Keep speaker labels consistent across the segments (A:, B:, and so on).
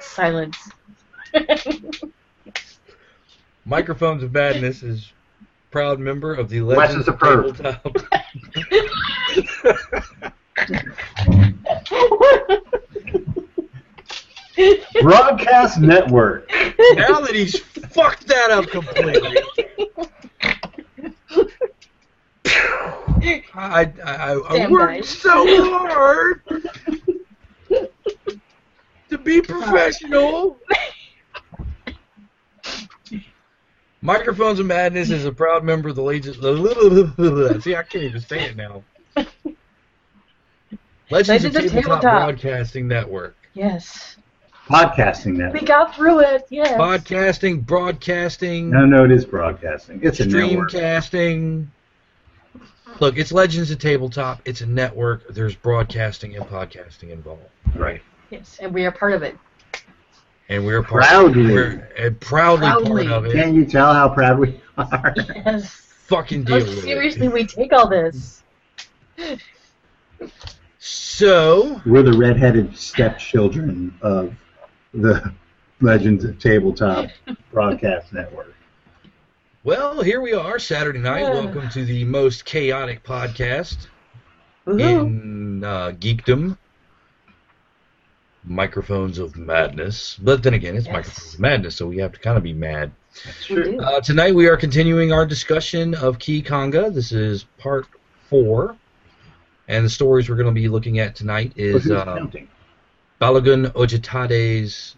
A: Silence.
B: Microphones of Badness is proud member of the Legends
C: Lessons of
B: of
C: Perv.
B: Tabletop.
C: Broadcast Network.
B: now that he's fucked that up completely. I, I, I, I
A: Stand by.
B: worked so hard to be professional. Microphones of Madness is a proud member of the Legends. See, I can't even say it now. Legends,
A: Legends of
B: of Tabletop,
A: Tabletop.
B: Broadcasting Network.
A: yes. We
C: Podcasting Network.
A: got through it. Yes.
B: Podcasting, broadcasting.
C: No, no, it is broadcasting. It's a network.
B: Streamcasting. Look, it's Legends of Tabletop. It's a network. There's broadcasting and podcasting involved,
C: Right.
A: Yes, and we are part of it.
B: and we're part
C: Proudly.
B: We're, and proudly,
A: Proudly.
B: part of it.
C: Can you tell how proud we are?
A: Yes.
B: Fucking
A: How
B: deal with
A: Oh, seriously
B: it.
A: we take all this.
B: So
C: We're the redheaded stepchildren of the Legends of Tabletop Broadcast Network.
B: well, here we are Saturday night.
A: Yeah.
B: Welcome to the most chaotic podcast
A: Woohoo.
B: in uh, geekdom. Microphones of madness, but then again, it's
A: Yes.
B: microphones of madness, so we have to kind of be mad.
A: We do.
B: Uh, tonight we are continuing our discussion of Key Conga. This is part four, and the stories we're going to be looking at tonight
C: But
B: is
C: who's
B: uh,
C: counting?
B: Balogun Ojitade's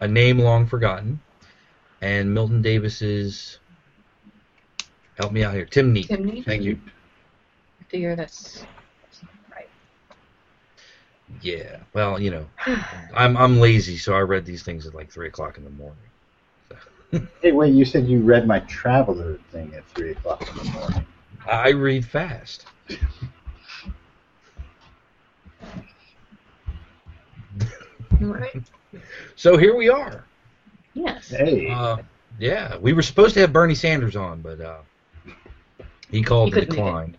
B: "A Name Long Forgotten" and Milton Davis's "Help Me Out Here, Tim Neat."
A: Timney?
B: Thank you.
A: Figure that's right.
B: Yeah. Well, you know, I'm I'm lazy, so I read these things at like three o'clock in the morning.
C: Hey, wait, you said you read my Traveler thing at 3 o'clock in the morning.
B: I read fast.
A: Right.
B: So here we are.
A: Yes.
C: Hey.
B: Uh, yeah, we were supposed to have Bernie Sanders on, but uh, he called
A: He couldn't make
B: and
A: it.
B: declined.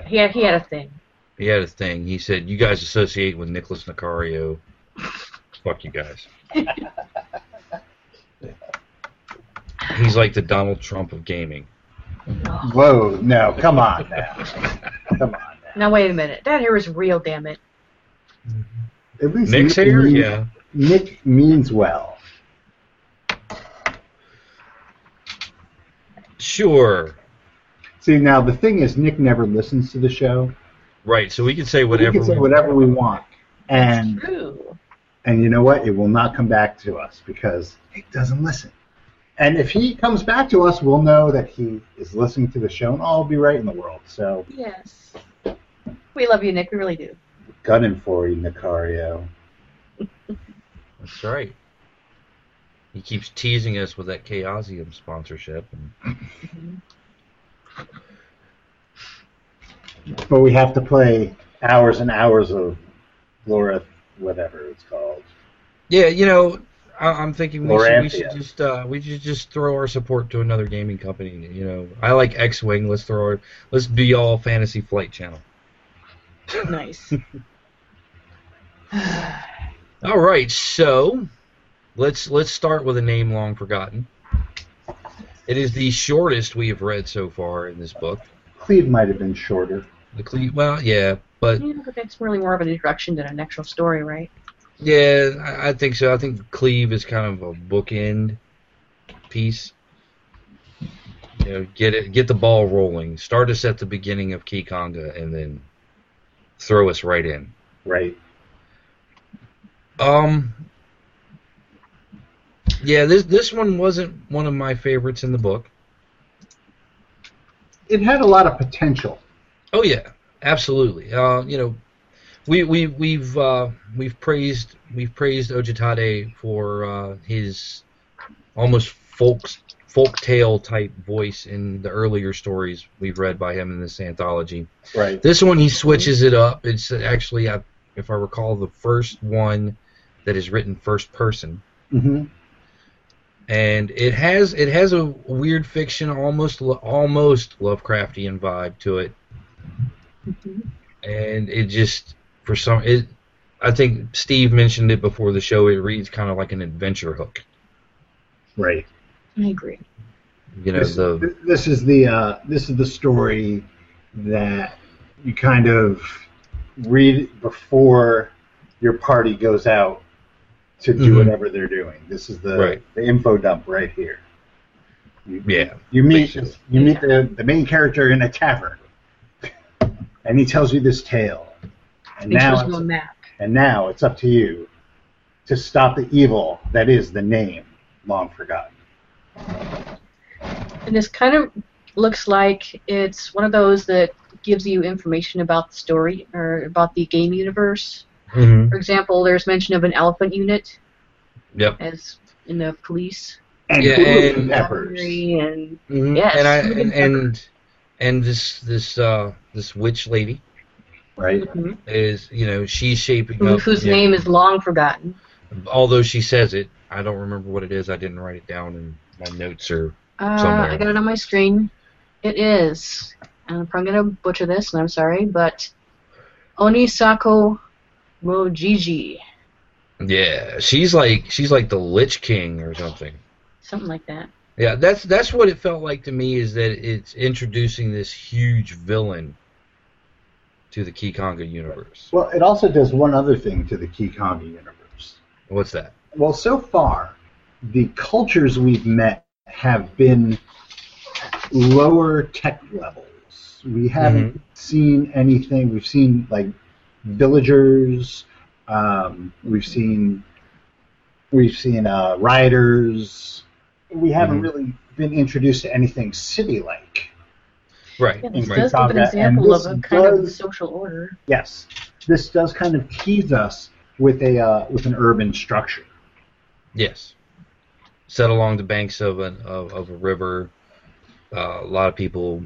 C: yeah.
A: He had, he had a thing.
B: He had a thing. He said, "You guys associate with Nicholas Nicario. Fuck you guys." He's like the Donald Trump of gaming.
A: Oh,
C: Whoa, no, come on now. Come on now.
A: Now wait a minute. That hair is real, damn it.
C: At least
B: Nick's
C: Nick
B: here,
C: means-
B: yeah.
C: Nick means well.
B: Sure.
C: See, now the thing is, Nick never listens to the show.
B: Right. So we can say whatever.
C: we can say
B: we-
C: whatever we want, and
A: True.
C: and you know what? It will not come back to us because Nick doesn't listen. And if he comes back to us, we'll know that he is listening to the show, and all will be right in the world. So,
A: Yes. We love you, Nick. We really do.
C: gunning for you, Nicario.
B: That's right. He keeps teasing us with that Chaosium sponsorship. And
C: But we have to play hours and hours of Laura, whatever it's called.
B: Yeah, you know, I, I'm thinking we should, we
C: Loranthia.
B: should just uh, we should just throw our support to another gaming company. You know, I like X-wing. Let's throw our let's be all Fantasy Flight Channel.
A: Nice.
B: All right, so let's let's start with a name long forgotten. It is the shortest we have read so far in this book.
C: Cleve might have been shorter.
B: The Cle- well, yeah, but
A: Yeah, but that's really more of an introduction than an actual story, right?
B: yeah, I, I think so. I think Cleve is kind of a bookend piece. You know, get it, get the ball rolling. Start us at the beginning of Kikonga, and then throw us right in.
C: Right.
B: Um, yeah, this this one wasn't one of my favorites in the book.
C: It had a lot of potential.
B: Oh yeah, absolutely. Uh, you know, we we we've uh, we've praised we've praised Ojitade for uh, his almost folk folktale type voice in the earlier stories we've read by him in this anthology.
C: Right.
B: This one he switches it up. It's actually, I, if I recall, the first one that is written first person,
C: hmm
B: and it has it has a weird fiction, almost lo- almost Lovecraftian vibe to it. and it just for some it I think Steve mentioned it before the show. It reads kind of like an adventure hook.
C: Right.
A: I agree.
B: You know,
C: this,
B: the
C: this is the uh, this is the story that you kind of read before your party goes out to do
B: Mhm.
C: whatever they're doing. This is the
B: Right.
C: the info dump right here. You,
B: yeah,
C: you meet
B: basically.
C: you meet the, the main character in a tavern, and he tells you this tale. And
A: They
C: now,
A: shows you a
C: it's,
A: map.
C: and now it's up to you to stop the evil that is the name long forgotten.
A: And this kind of looks like it's one of those that gives you information about the story or about the game universe.
B: hmm
A: For example, there's mention of an elephant unit
B: yep.
A: as in the police.
C: And
B: Yeah,
C: blue
B: and-
C: peppers.
A: And
B: Mhm.
A: Mm-hmm. Yes,
B: and I
A: Snoopy
B: and,
A: Tucker.
B: and and this this uh this witch lady
C: Right.
A: Mhm.
B: is you know she's shaping
A: Who-
B: up.
A: whose
B: you know,
A: name is long forgotten.
B: although she says it, I don't remember what it is. I didn't write it down in my notes or
A: Uh,
B: Somewhere.
A: I got it on my screen. It is. and I'm probably gonna butcher this, and I'm sorry, but Onisako Mojiji,
B: yeah. She's like she's like the Lich King or something.
A: something like that.
B: Yeah, that's that's what it felt like to me is that it's introducing this huge villain to the Kikanga universe.
C: Well, it also does one other thing to the Kikami universe.
B: What's that?
C: Well, so far, the cultures we've met have been lower tech levels. We haven't seen anything. We've seen like villagers. Um, we've seen we've seen uh, rioters. We haven't
B: Mhm.
C: really been introduced to anything city-like.
B: Right.
A: Yeah, this
B: right.
A: does give an
C: Kikanga,
A: example
C: and
A: of
C: this
A: a kind of
C: does-
A: social order.
C: Yes, this does kind of tease us with a uh, with an urban structure.
B: Yes. Set along the banks of an of, of a river. Uh, a lot of people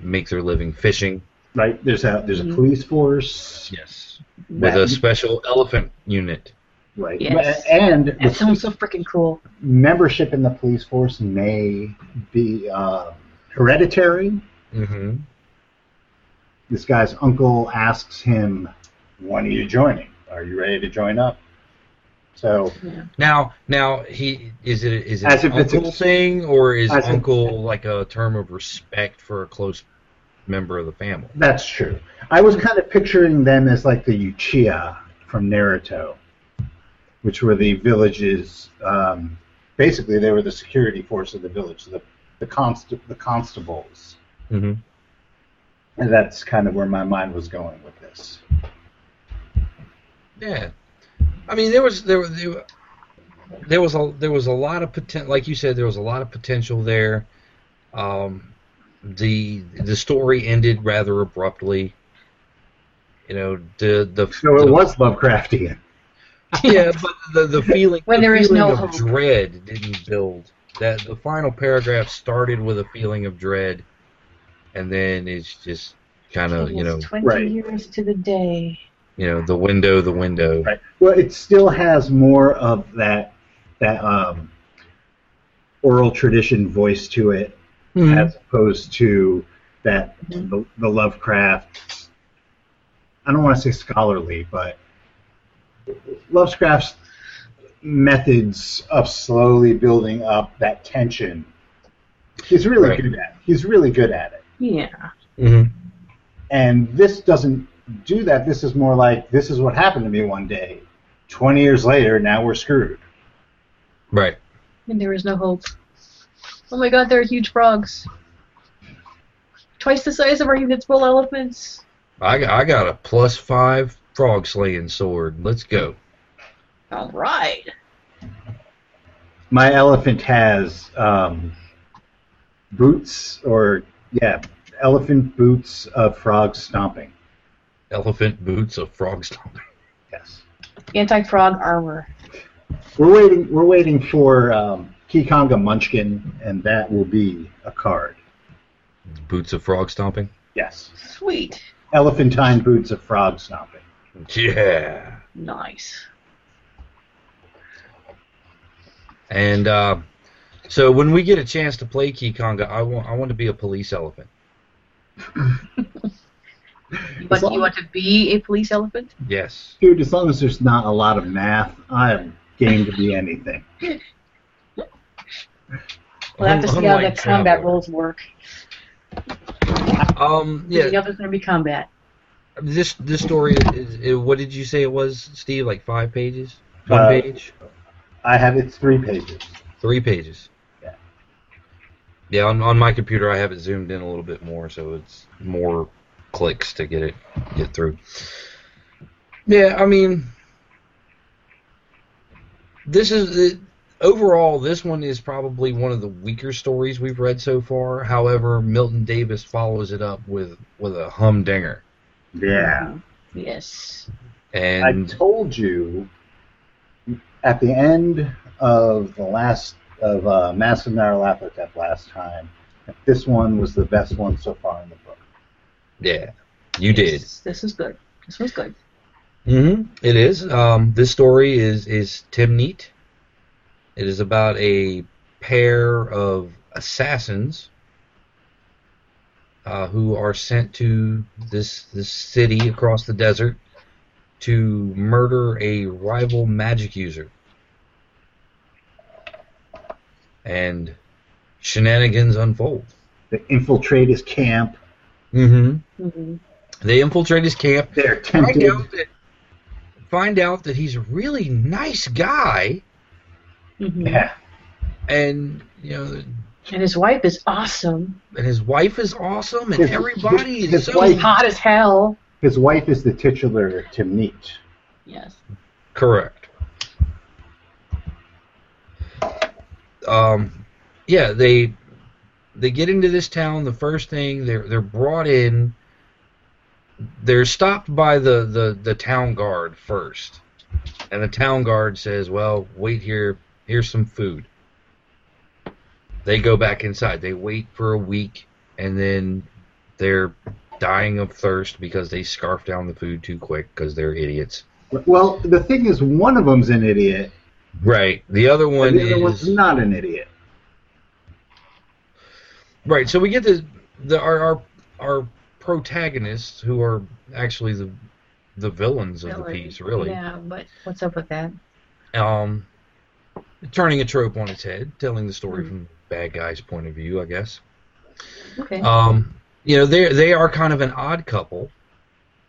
B: make their living fishing.
C: Right. There's a there's
A: Mhm.
C: a police force.
B: Yes. With a special elephant unit.
C: Right.
A: Yes.
C: And the
A: That sounds so freaking cool.
C: membership in the police force may be uh, hereditary.
B: Mm-hmm.
C: This guy's uncle asks him, "When are you joining? Are you ready to join up?" So
B: Now, now he is it is it
C: As
B: an
C: if it's
B: uncle
C: ex-
B: thing or is
C: as if-
B: uncle like a term of respect for a close member of the family?
C: that's true. I was kind of picturing them as like the Uchiha from Naruto, which were the villages. Um, basically, they were the security force of the village, the the const- the constables.
B: Mm-hmm.
C: And that's kind of where my mind was going with this.
B: Yeah, I mean there was there was there was a there was a lot of potential. Like you said, there was a lot of potential there. Um, the the story ended rather abruptly. You know the the
C: So it
B: the-
C: was Lovecraftian.
B: yeah, but the the feeling
A: When
B: the
A: there is
B: feeling
A: no
B: of
A: hope.
B: dread didn't build. That the final paragraph started with a feeling of dread, and then it's just kind of you know
A: Twenty
C: Right.
A: years to the day.
B: you know the window the window.
C: Right. Well, it still has more of that that um, oral tradition voice to it, as opposed to that
A: Mhm.
C: the, the Lovecraft. I don't want to say scholarly, but Lovecraft's methods of slowly building up that tension. He's really
B: Right.
C: good at. He's really good at it.
A: Yeah.
B: hmm
C: And this doesn't do that. This is more like this is what happened to me one day. Twenty years later, now we're screwed.
B: Right.
A: And there is no hope. Oh my god, there are huge frogs. Twice the size of our invincible elephants.
B: I got, I got a plus five frog slaying sword. Let's go.
A: Alright.
C: My elephant has um, boots, or yeah, elephant boots of frog stomping.
B: Elephant boots of frog stomp.
C: Yes,
A: Anti frog armor.
C: we're waiting. We're waiting for um, Kikonga Munchkin, and that will be a card.
B: Boots of frog stomping.
C: Yes,
A: Sweet.
C: elephantine boots of frog stomping.
B: Yeah.
A: Nice.
B: And uh, so when we get a chance to play Kikonga, I want I want to be a police elephant.
A: You But
C: As long-
A: you want to be a police elephant?
B: Yes.
C: Dude, as long as there's not a lot of math, I'm game to be anything.
D: We'll have to see how the combat
B: Unlike Traveler.
D: rules work.
B: Um,
A: Yeah. You
B: yeah,
A: know there's going to be combat.
B: this this story is, is what did you say it was, Steve? Like five pages, one
C: Uh,
B: page,
C: I have it's three pages.
B: three pages.
C: Yeah.
B: Yeah, on, on my computer I have it zoomed in a little bit more, so it's more clicks to get it get through. Yeah, I mean, this is it, overall this one is probably one of the weaker stories we've read so far. However, Milton Davis follows it up with with a humdinger,
C: Yeah.
A: Mm-hmm. Yes.
B: and
C: I told you at the end of the last of uh, Mass of Nyarlathotep last time, that this one was the best one so far in the book.
B: yeah, you did.
A: This, this is good. This was good.
B: Mm-hmm. It is. Um, this story is is Tim Neat. It is about a pair of assassins uh, who are sent to this this city across the desert to murder a rival magic user. And shenanigans unfold.
C: They infiltrate his camp.
B: Mm-hmm.
A: hmm
B: They infiltrate his camp.
C: They're
B: find
C: tempted.
B: out that find out that he's a really nice guy,
A: hmm
C: Yeah.
B: and you know,
A: And his wife is awesome.
B: and his wife is awesome, and
C: His-
B: everybody
C: his-
B: is
C: his
B: so
C: wife-
A: Hot as hell.
C: His wife is the titular Timnit.
A: Yes.
B: correct. Um, yeah, they they get into this town. The first thing they're they're brought in. They're stopped by the, the, the town guard first, and the town guard says, "Well, wait here. Here's some food." They go back inside. They wait for a week, and then they're dying of thirst because they scarf down the food too quick because they're idiots.
C: Well, the thing is, one of them's an idiot,
B: Right. The other one
C: and the other
B: is
C: one's not an idiot.
B: Right. So we get the the our our, our protagonists who are actually the the villains of the piece, really.
A: Yeah, but what's up with that?
B: Um, turning a trope on its head, telling the story from the bad guy's point of view, I guess.
A: Okay.
B: Um, you know, they they are kind of an odd couple.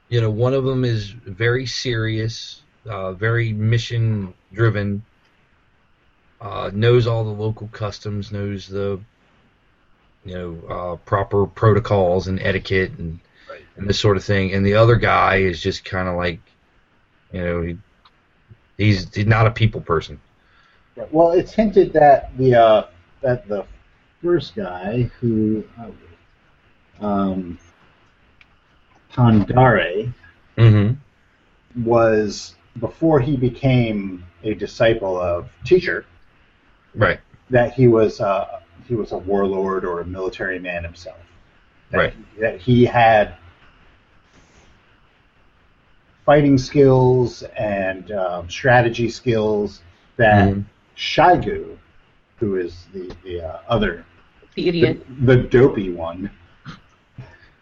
B: You know, one of them is very serious, uh, very mission driven. Uh, knows all the local customs, knows the you know uh, proper protocols and etiquette and
C: Right.
B: and this sort of thing. And the other guy is just kind of like, you know, he, he's he's not a people person.
C: Yeah, Well, it's hinted that the uh, that the first guy who um, Tandare
B: Mm-hmm.
C: was before he became a disciple of teacher
B: Right.
C: that he was uh, he was a warlord or a military man himself. That,
B: Right.
C: That he had fighting skills and um, strategy skills that
B: Mhm.
C: Shigu, who is the the uh, other
A: the idiot.
C: the, the dopey one,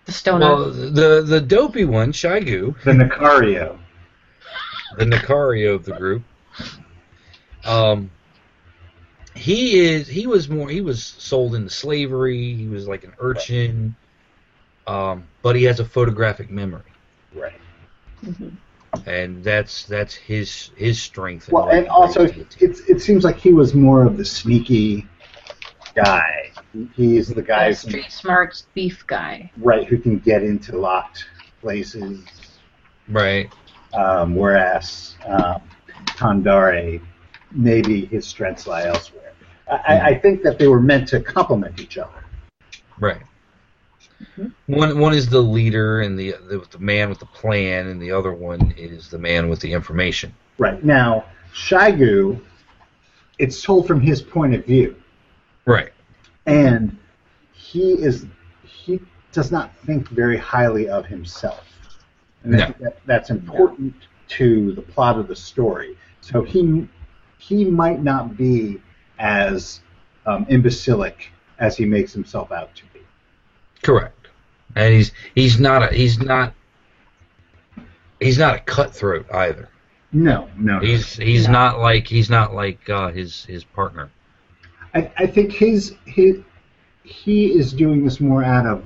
A: The stoner.
B: Well, the the dopey one, Shigu.
C: the Nicario.
B: the Nicario of the group. Um, he is. He was more. He was sold into slavery. He was like an urchin. Um, but he has a photographic memory,
C: Right.
A: Mhm.
B: and that's that's his his strength.
C: Well,
B: what he
C: and also
B: brings to the
C: it's it seems like he was more of the sneaky guy. He's the guy who-
A: street smart thief guy.
C: right who can get into locked places,
B: right.
C: um, whereas um, Tandare maybe his strengths lie elsewhere. I, I, I think that they were meant to complement each other.
B: Right.
A: Mhm.
C: Mm-hmm.
B: One one is the leader and the, the the man with the plan, and the other one is the man with the information.
C: Right now, Shigu, it's told from his point of view.
B: Right.
C: and he is he does not think very highly of himself and
B: No.
C: that, that, that's important to the plot of the story so he he might not be as um, imbecilic as he makes himself out to be
B: Correct. And he's he's not a he's not he's not a cutthroat either.
C: No, no. no.
B: He's he's
A: No.
B: not like he's not like uh, his his partner.
C: I, I think his his he is doing this more out of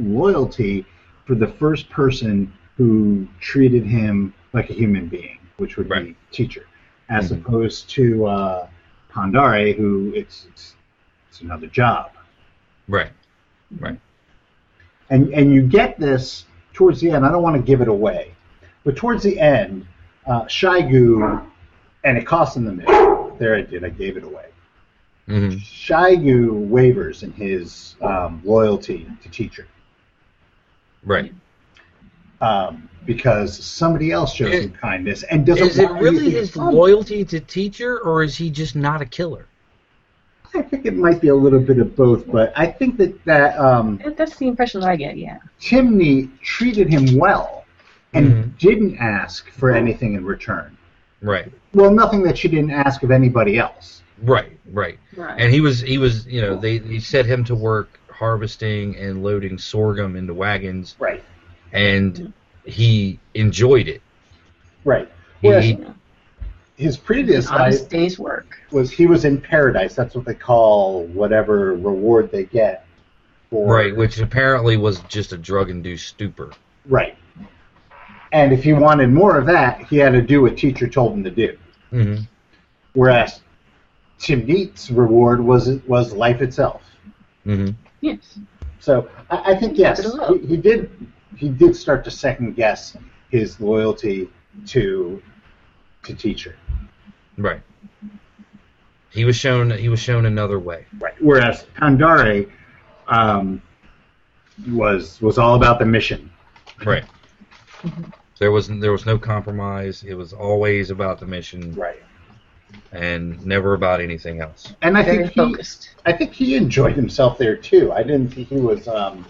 C: loyalty for the first person who treated him like a human being, which would
B: Right.
C: be teacher, as
B: Mhm.
C: opposed to uh, Pandare, who it's, it's it's another job.
B: Right.
C: and and you get this towards the end. I don't want to give it away, but towards the end, uh, Shigu, and it costs him the mission. There I did. I gave it away.
B: hmm
C: Shigu wavers in his um, loyalty to teacher
B: Right.
C: um, because somebody else shows
B: Is-
C: him kindness and doesn't.
B: Is it
C: want
B: really
C: anything
B: his
C: from him.
B: loyalty to teacher, or is he just not a killer?
C: I think it might be a little bit of both, but I think that that um,
A: That- That's the impression that I get. Yeah.
C: Timney treated him well and
B: Mhm.
C: didn't ask for anything in return.
B: Right.
C: Well, nothing that she didn't ask of anybody else.
B: Right. Right.
A: Right.
B: And he was he was you know they, they set him to work harvesting and loading sorghum into wagons,
C: Right.
B: and he enjoyed it.
C: Right.
B: He,
C: Yes.
B: he-
C: His previous life
A: honest day's work.
C: was he was in paradise. That's what they call whatever reward they get. For,
B: right, which apparently was just a drug induced stupor.
C: Right. And if he wanted more of that, he had to do what teacher told him to do.
B: hmm
C: Whereas Tim Neat's reward was was life itself.
B: hmm
A: Yes.
C: So I, I think yes, he, he did he did start to second guess his loyalty to to teacher.
B: Right. He was shown he was shown another way.
C: Right. Whereas Pandare um, was was all about the mission.
B: Right. There was there was no compromise. It was always about the mission
C: Right.
B: and never about anything else.
C: And I
A: Very
C: think he,
A: focused.
C: I think he enjoyed himself there too. I didn't think he was um,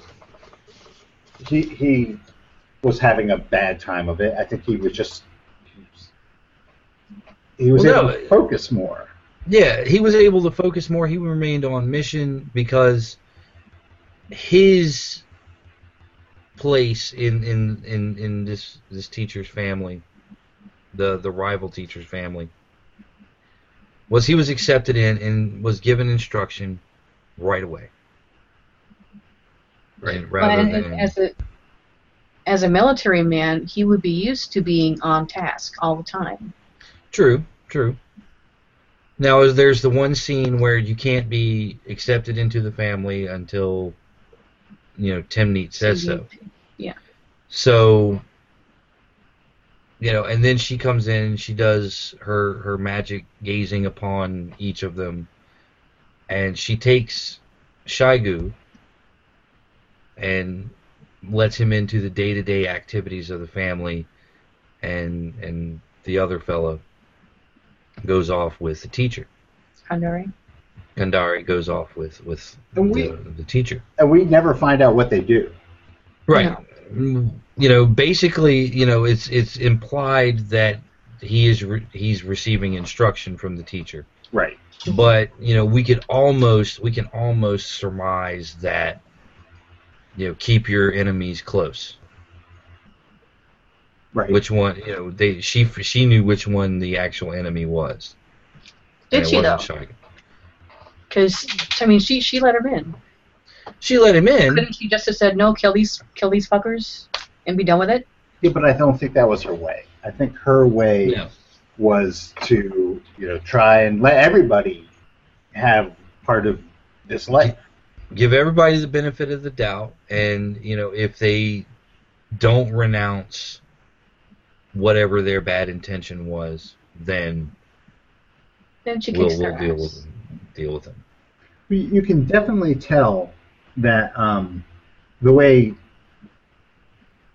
C: he he was having a bad time of it. I think he was just he was
B: Well,
C: able
B: no,
C: to focus more.
B: Yeah, he was able to focus more. He remained on mission because his place in in in, in this this teacher's family, the the rival teacher's family, was he was accepted in and was given instruction right away. Right, rather
A: But
B: than
A: as a as a military man, he would be used to being on task all the time.
B: True, true. Now, is there's the one scene where you can't be accepted into the family until, you know, Tim Neat says
A: Mm-hmm.
B: so. So, you know, and then she comes in and she does her her magic gazing upon each of them, and she takes Shigu and lets him into the day to day activities of the family, and and the other fellow goes off with the teacher.
A: Kandori.
B: Kandari goes off with with
C: And we-
B: the, the teacher.
C: And we never find out what they do.
B: Right. Mm, You know, basically, you know, it's it's implied that he is re- he's receiving instruction from the teacher.
C: Right.
B: But, you know, we could almost we can almost surmise that you know, keep your enemies close.
C: Right.
B: Which one, you know, they she she knew which one the actual enemy was. And
A: Did
B: it
A: she though?
B: wasn't Shiga.
A: Because I mean, she she let him in.
B: She let him in.
A: Couldn't she just have said no? Kill these kill these fuckers and be done with it.
C: yeah, but I don't think that was her way. I think her way
B: No.
C: was to you know try and let everybody have part of this life.
B: give everybody the benefit of the doubt and you know if they don't renounce whatever their bad intention was then
A: Then she
B: we'll,
A: kicks
B: we'll
A: their
B: deal
A: ass.
B: with deal with them
C: You- You can definitely tell that um, the way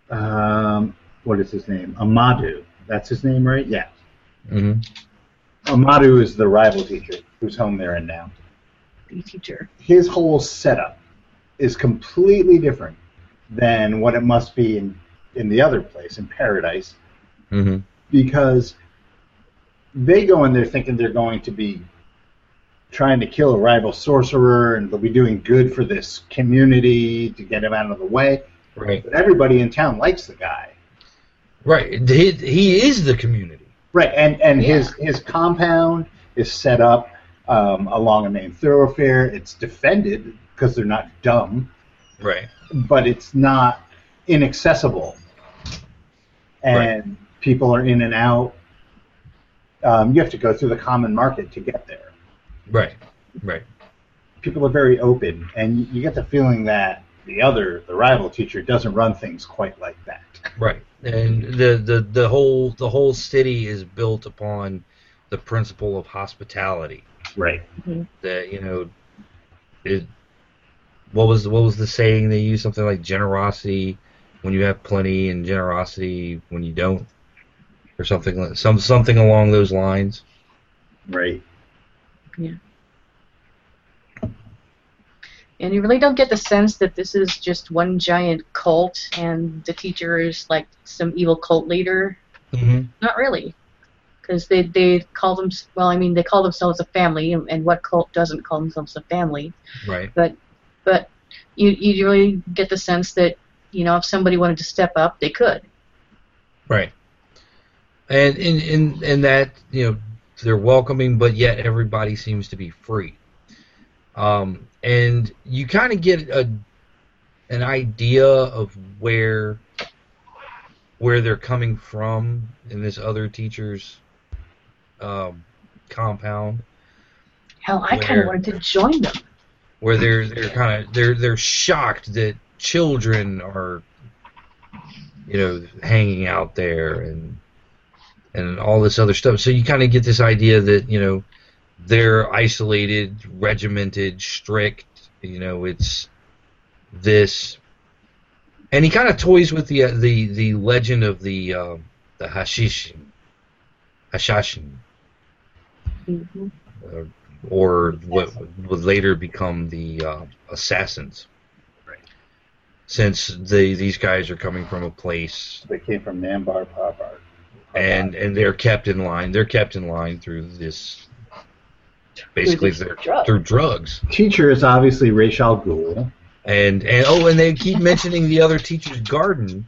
C: um, what is his name Amadu? That's his name, right? Yeah.
B: mm-hmm.
C: Amadu is the rival teacher whose home they're in now.
A: The teacher.
C: His whole setup is completely different than what it must be in in the other place in paradise
B: Mm-hmm.
C: because they go in there thinking they're going to be trying to kill a rival sorcerer and they'll be doing good for this community to get him out of the way.
B: right
C: But everybody in town likes the guy.
B: Right. He, he is the community.
C: Right, and and
A: Yeah.
C: his his compound is set up um, along a main thoroughfare. It's defended because they're not dumb,
B: Right.
C: but it's not inaccessible, and people are in and out. Um, you have to go through the common market to get there.
B: Right. Right.
C: People are very open, and you get the feeling that the other, the rival teacher, doesn't run things quite like that.
B: Right. And the, the, the whole the whole city is built upon the principle of hospitality.
C: Right.
B: That you know, it, what was what was the saying they used? Something like generosity when you have plenty, and generosity when you don't, or something like- some something along those lines.
C: Right.
A: And you really don't get the sense that this is just one giant cult and the teacher is like some evil cult leader.
B: Mm-hmm.
A: Not really. Because they, they call them, well, I mean, they call themselves a family, and, and what cult doesn't call themselves a family?
B: Right.
A: But you, you really get the sense that, you know, if somebody wanted to step up, they could.
B: Right. And in in in that you know they're welcoming, but yet everybody seems to be free. Um, and you kind of get a an idea of where where they're coming from in this other teacher's um, compound,
A: Hell, I kind
B: Where-
A: of wanted to join them.
B: where they're they're kind of they're they're shocked that children are you know hanging out there and and all this other stuff. So you kind of get this idea that you know they're isolated, regimented, strict. You know, it's this, and he kind of toys with the uh, the the legend of the uh, the hashishin, hashashin,
A: hmm
B: uh, or what would later become the uh, assassins.
C: Right.
B: Since the, these guys are coming from a place
C: They came from Nambar Parbar.
B: and and they're kept in line, they're kept in line through this basically
A: these
B: they're-
A: drugs.
B: through drugs.
C: teacher is obviously Ra's al Ghul.
B: And and oh, and they keep mentioning the other teacher's garden,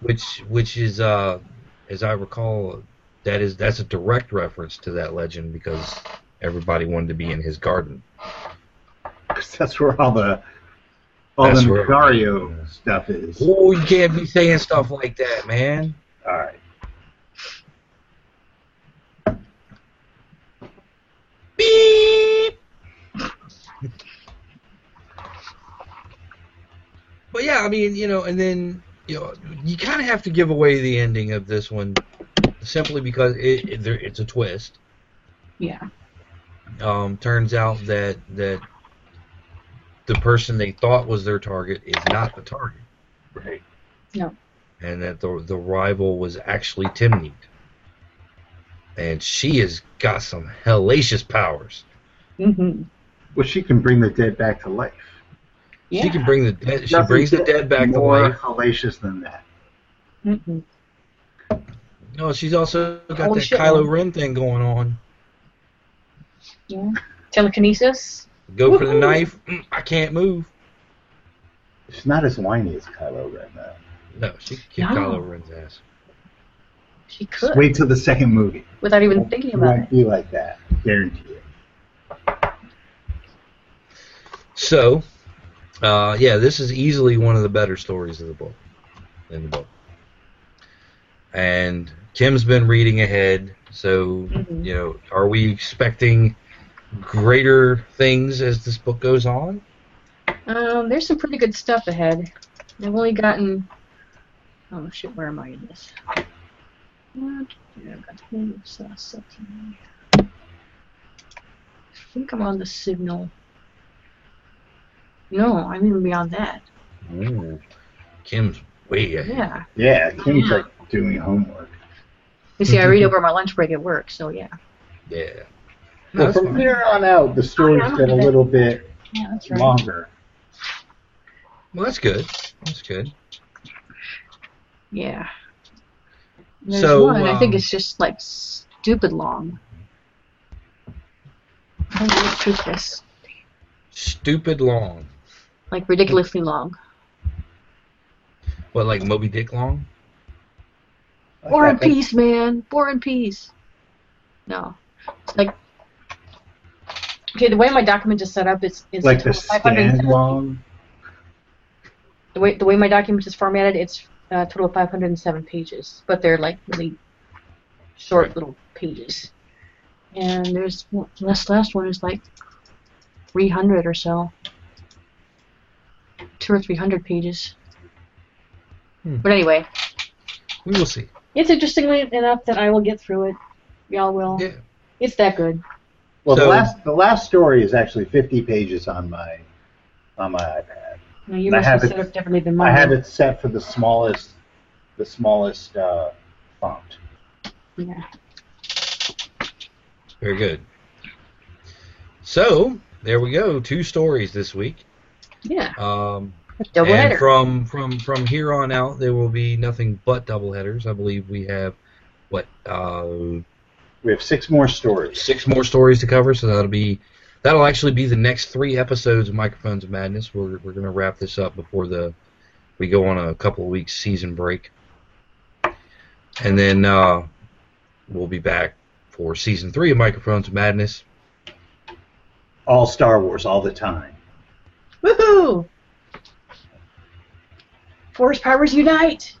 B: which which is uh, as I recall, that is that's a direct reference to that legend because everybody wanted to be in his garden.
C: 'Cause that's where all the all
B: That's
C: the
B: where-
C: Mario stuff is. All
B: Oh, you can't be saying stuff like that, man.
C: right.
B: Beep. but yeah, I mean, you know, and then you know, you kind of have to give away the ending of this one simply because it, it there, it's a twist.
A: Yeah.
B: Um, turns out that that the person they thought was their target is not the target,
C: Right.
B: and that the the rival was actually Timnit. And she has got some hellacious powers.
A: hmm
C: Well, she can bring the dead back to life.
A: Yeah.
B: She can bring the dead. She
C: Nothing
B: brings the
C: gets
B: dead back to
C: more
B: life.
C: hellacious than that.
A: hmm
B: No, she's also got
A: Holy
B: that
A: Oh, shit,
B: Kylo
A: man.
B: Ren thing going on.
A: Yeah. Telekinesis?
B: Go for the
A: Woohoo.
B: knife. Mm, I can't move.
C: She's not as whiny as Kylo Ren though.
B: No, she can kick
A: No.
B: Kylo Ren's ass.
A: She could,
C: Wait till the second movie.
A: without even thinking
C: It
A: about
C: won't
A: it.
C: be like that. Guarantee it.
B: So, uh, yeah, this is easily one of the better stories of the book. In the book, and Kim's been reading ahead. So,
A: Mhm.
B: you know, are we expecting greater things as this book goes on?
A: Um, there's some pretty good stuff ahead. I've only gotten. Oh shit, where am I in this? What? Yeah, I've got the name of South Sutton. I think I'm on the signal. No, I'm even beyond that.
B: Ooh, Kim's way ahead.
A: Yeah.
C: Yeah, Kim's
A: Yeah.
C: like doing homework.
A: You see, I read over my lunch break at work, so yeah.
B: Yeah.
C: Well,
B: that's
C: from
B: fine.
C: here on out, the stories get a little bit
A: Yeah, that's right.
C: longer.
B: Well, that's good. That's good.
A: Yeah. There's
B: So,
A: one. I think
B: um,
A: it's just like stupid long. I don't know what truth is.
B: Stupid long.
A: Like ridiculously long.
B: What, like Moby Dick long?
C: Like,
A: War
C: I
A: and
C: think-
A: peace, man. War and peace. No, it's like okay. The way my document is set up is is
C: Like the
A: five hundred.
C: stand long.
A: The way the way my document is formatted, it's a total of five hundred and seven pages, but they're like really short little pages. And there's one- this last one is like three hundred or so, two or three hundred pages.
B: Hmm.
A: But anyway.
B: We will see.
A: It's interestingly enough that I will get through it. Y'all will.
B: Yeah.
A: It's that good.
C: Well, the
B: So-
C: last the last story is actually 50 pages on my on my iPad.
A: No, you
C: And I
A: must have
C: have
A: set
C: it-
A: up differently than
C: I
A: mine.
C: have it set for the smallest the smallest uh, font.
A: Yeah.
B: Very good. So there we go. Two stories this week.
A: yeah.
B: Um,
A: Double
B: and
A: header.
B: from from from here on out, there will be nothing but double headers. I believe we have what uh,
C: We have six more stories.
B: six more stories to cover, so that'll be that'll actually be the next three episodes of Microphones of Madness. We're we're gonna wrap this up before the we go on a couple of weeks season break, and then uh, we'll be back for season three of Microphones of Madness.
C: All Star Wars, all the time.
A: Woohoo! Force powers unite!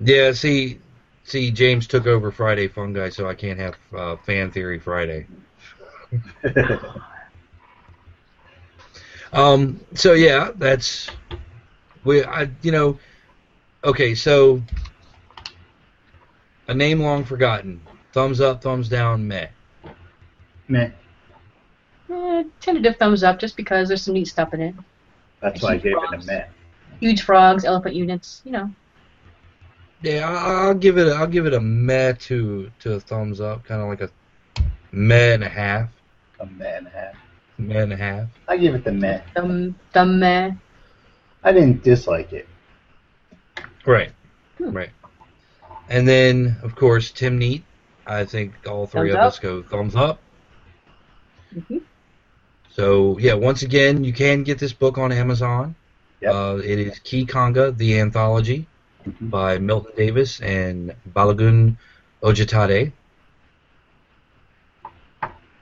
B: Yeah, see, see, James took over Friday Fungi, so I can't have uh, Fan Theory Friday. Um, so yeah, that's we. I you know, okay. So a name long forgotten. Thumbs up, thumbs down, meh.
C: Meh.
A: Eh, tentative thumbs up just because there's some neat stuff in it.
C: That's why I gave it a meh.
A: Huge frogs, elephant units, you know.
B: Yeah, I, I'll give it. A, I'll give it a meh to to a thumbs up, kind of like a meh and a half,
C: A meh and a half.
B: meh and a half.
C: I give it the meh.
A: Thumb, thumb, meh.
C: I didn't dislike it.
B: Right.
A: Hmm.
B: Right. And then, of course, Tim Neat. I think all three
A: Thumbs
B: of
A: up.
B: us go thumbs up.
A: Mhm.
B: So, yeah, once again, you can get this book on Amazon.
C: Yep.
B: Uh, it is Key Conga, The Anthology
C: Mhm.
B: by Milton Davis and Balagun Ojitade.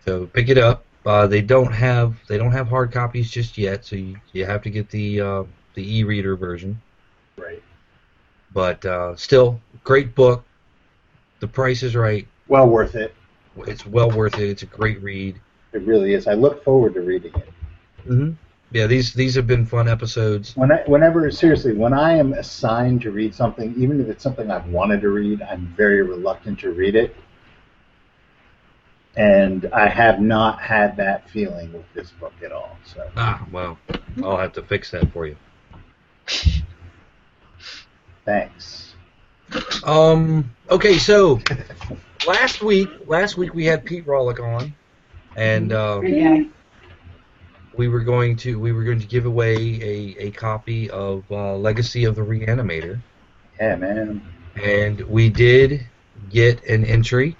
B: So pick it up. Uh, they don't have they don't have hard copies just yet, so you, you have to get the uh, the e-reader version
C: Right.
B: but uh, still great book the price is right
C: Well worth it.
B: it's well worth it it's a great read
C: It really is. I look forward to reading it.
B: mm-hmm. yeah these these have been fun episodes
C: When I, whenever, seriously, when I am assigned to read something, even if it's something I've wanted to read, I'm very reluctant to read it. And I have not had that feeling with this book at all. So
B: ah well i'll have to fix that for you
C: thanks.
B: um okay so last week last week we had pete rollick on and uh, we were going to we were going to give away a, a copy of uh, legacy of the reanimator
C: Yeah, man.
B: and we did get an entry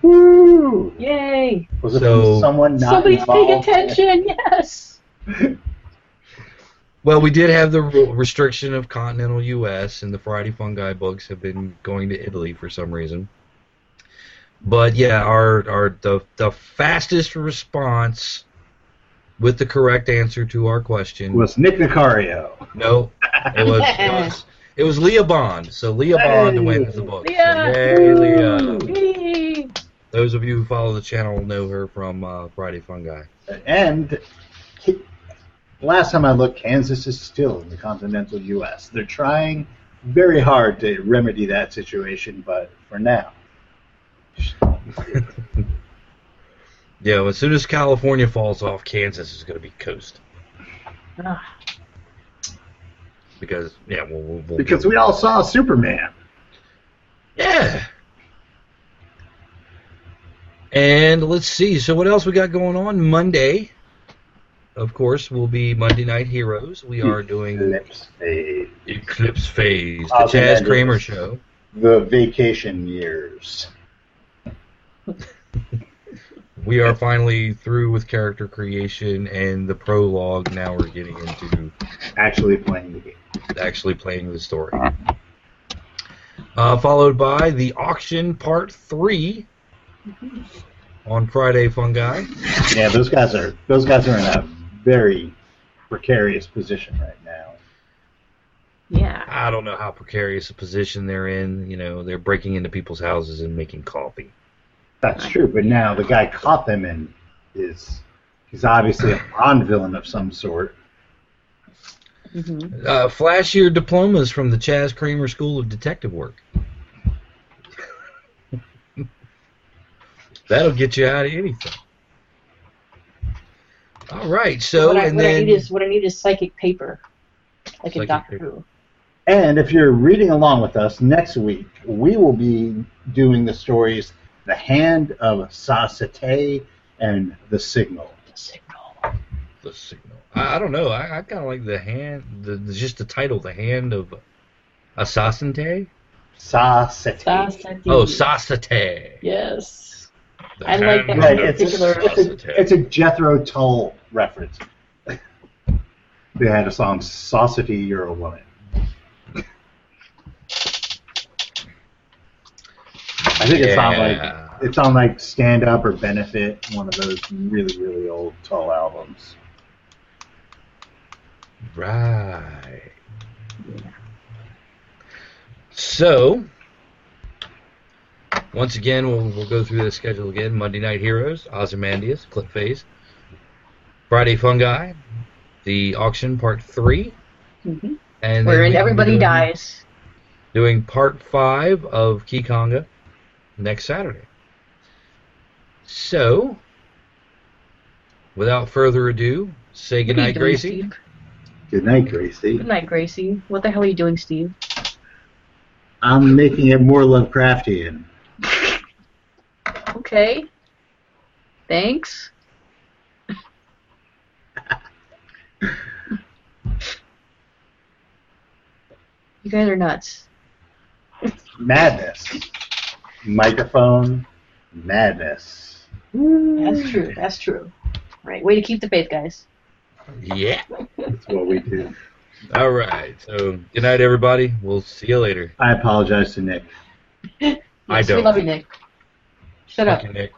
C: Woo!
A: Yay!
C: Was it
B: So-
C: from someone not
A: Somebody's paying
C: involved?
A: attention, yes!
B: Well, we did have the ru- restriction of continental U.S. and the Friday Fungi books have been going to Italy for some reason. But yeah, our our the the fastest response with the correct answer to our question
C: Was Nick Nicario?
B: no, it was it was, it was Leah Bond. So Leah Bond
C: Hey.
B: wins the book. So
A: Leah!
B: yay, Leah!
A: Yay!
B: Those of you who follow the channel know her from uh, Friday Fungi.
C: And Ki- last time I looked, Kansas is still in the continental U.S. They're trying very hard to remedy that situation, but for now,
B: Yeah, as soon as California falls off, Kansas is going to be coast.
A: Ah.
B: Because yeah, we'll, we'll, we'll
C: because we all saw Superman.
B: yeah. And let's see. So what else we got going on Monday? Of course, will be Monday Night Heroes. We are doing
C: Lips fade.
B: Eclipse Phase, the
C: Awesome,
B: Chaz
C: Andrew.
B: Kramer show.
C: The vacation years.
B: We are finally through with character creation and the prologue. Now we're getting into
C: Actually playing the game.
B: actually playing the story. Uh, followed by the auction part three on Friday, Fungi.
C: Yeah, those guys are those guys are in a very precarious position right now.
A: Yeah.
B: I don't know how precarious a position they're in. You know, they're breaking into people's houses and making coffee.
C: That's true, but now the guy caught them and is he's obviously a Bond villain of some sort.
A: Mm-hmm.
B: Uh, flashier diplomas from the Chaz Kramer School of Detective Work. That'll get you out of anything. All right, so
A: what I,
B: and
A: what I
B: then
A: need is what I need is psychic paper, like in
B: Psychic
A: Doctor
B: paper.
A: Who.
C: And if you're reading along with us next week, we will be doing the stories The Hand of Sasate and The Signal.
A: The signal.
B: the signal. I, I don't know. I, I kind of like the hand, the, the- just the title, the hand of Assassinate.
C: Sasate.
A: Sasaki.
B: Oh, Sasate.
A: Yes.
B: The
A: I like
B: hand
A: that
C: Right,
B: of
C: it's, a, it's, a, it's a Jethro Tull reference. they had a song, Sasate, You're a Woman. I think it's on like
B: Yeah.
C: it's on like Stand Up or Benefit, one of those really really old Tull albums.
B: Right. So, once again, we'll, we'll go through the schedule again. Monday Night Heroes, Ozymandias, Clip Phase. Friday Fungi, The Auction Part 3.
A: hmm
B: And then
A: Wherein
B: we'll be
A: everybody
B: doing-
A: dies.
B: Doing Part 5 of Kikonga next Saturday. So, without further ado,
A: What
B: say
A: are you
B: goodnight,
A: doing,
B: Gracie.
A: Steve?
C: Good night, Gracie.
A: Good night, Gracie. What the hell are you doing, Steve?
C: I'm making it more Lovecraftian.
A: Okay. Thanks. you guys are nuts.
C: Madness. Microphone. Madness.
A: That's true. That's true. Right. Way to keep the faith, guys.
B: Yeah.
C: That's what we do.
B: All right. So good night, everybody. We'll see you later.
C: I apologize to Nick.
B: I
A: Yes, We
B: don't.
A: love you, Nick. Shut up.
B: Fucking Nick.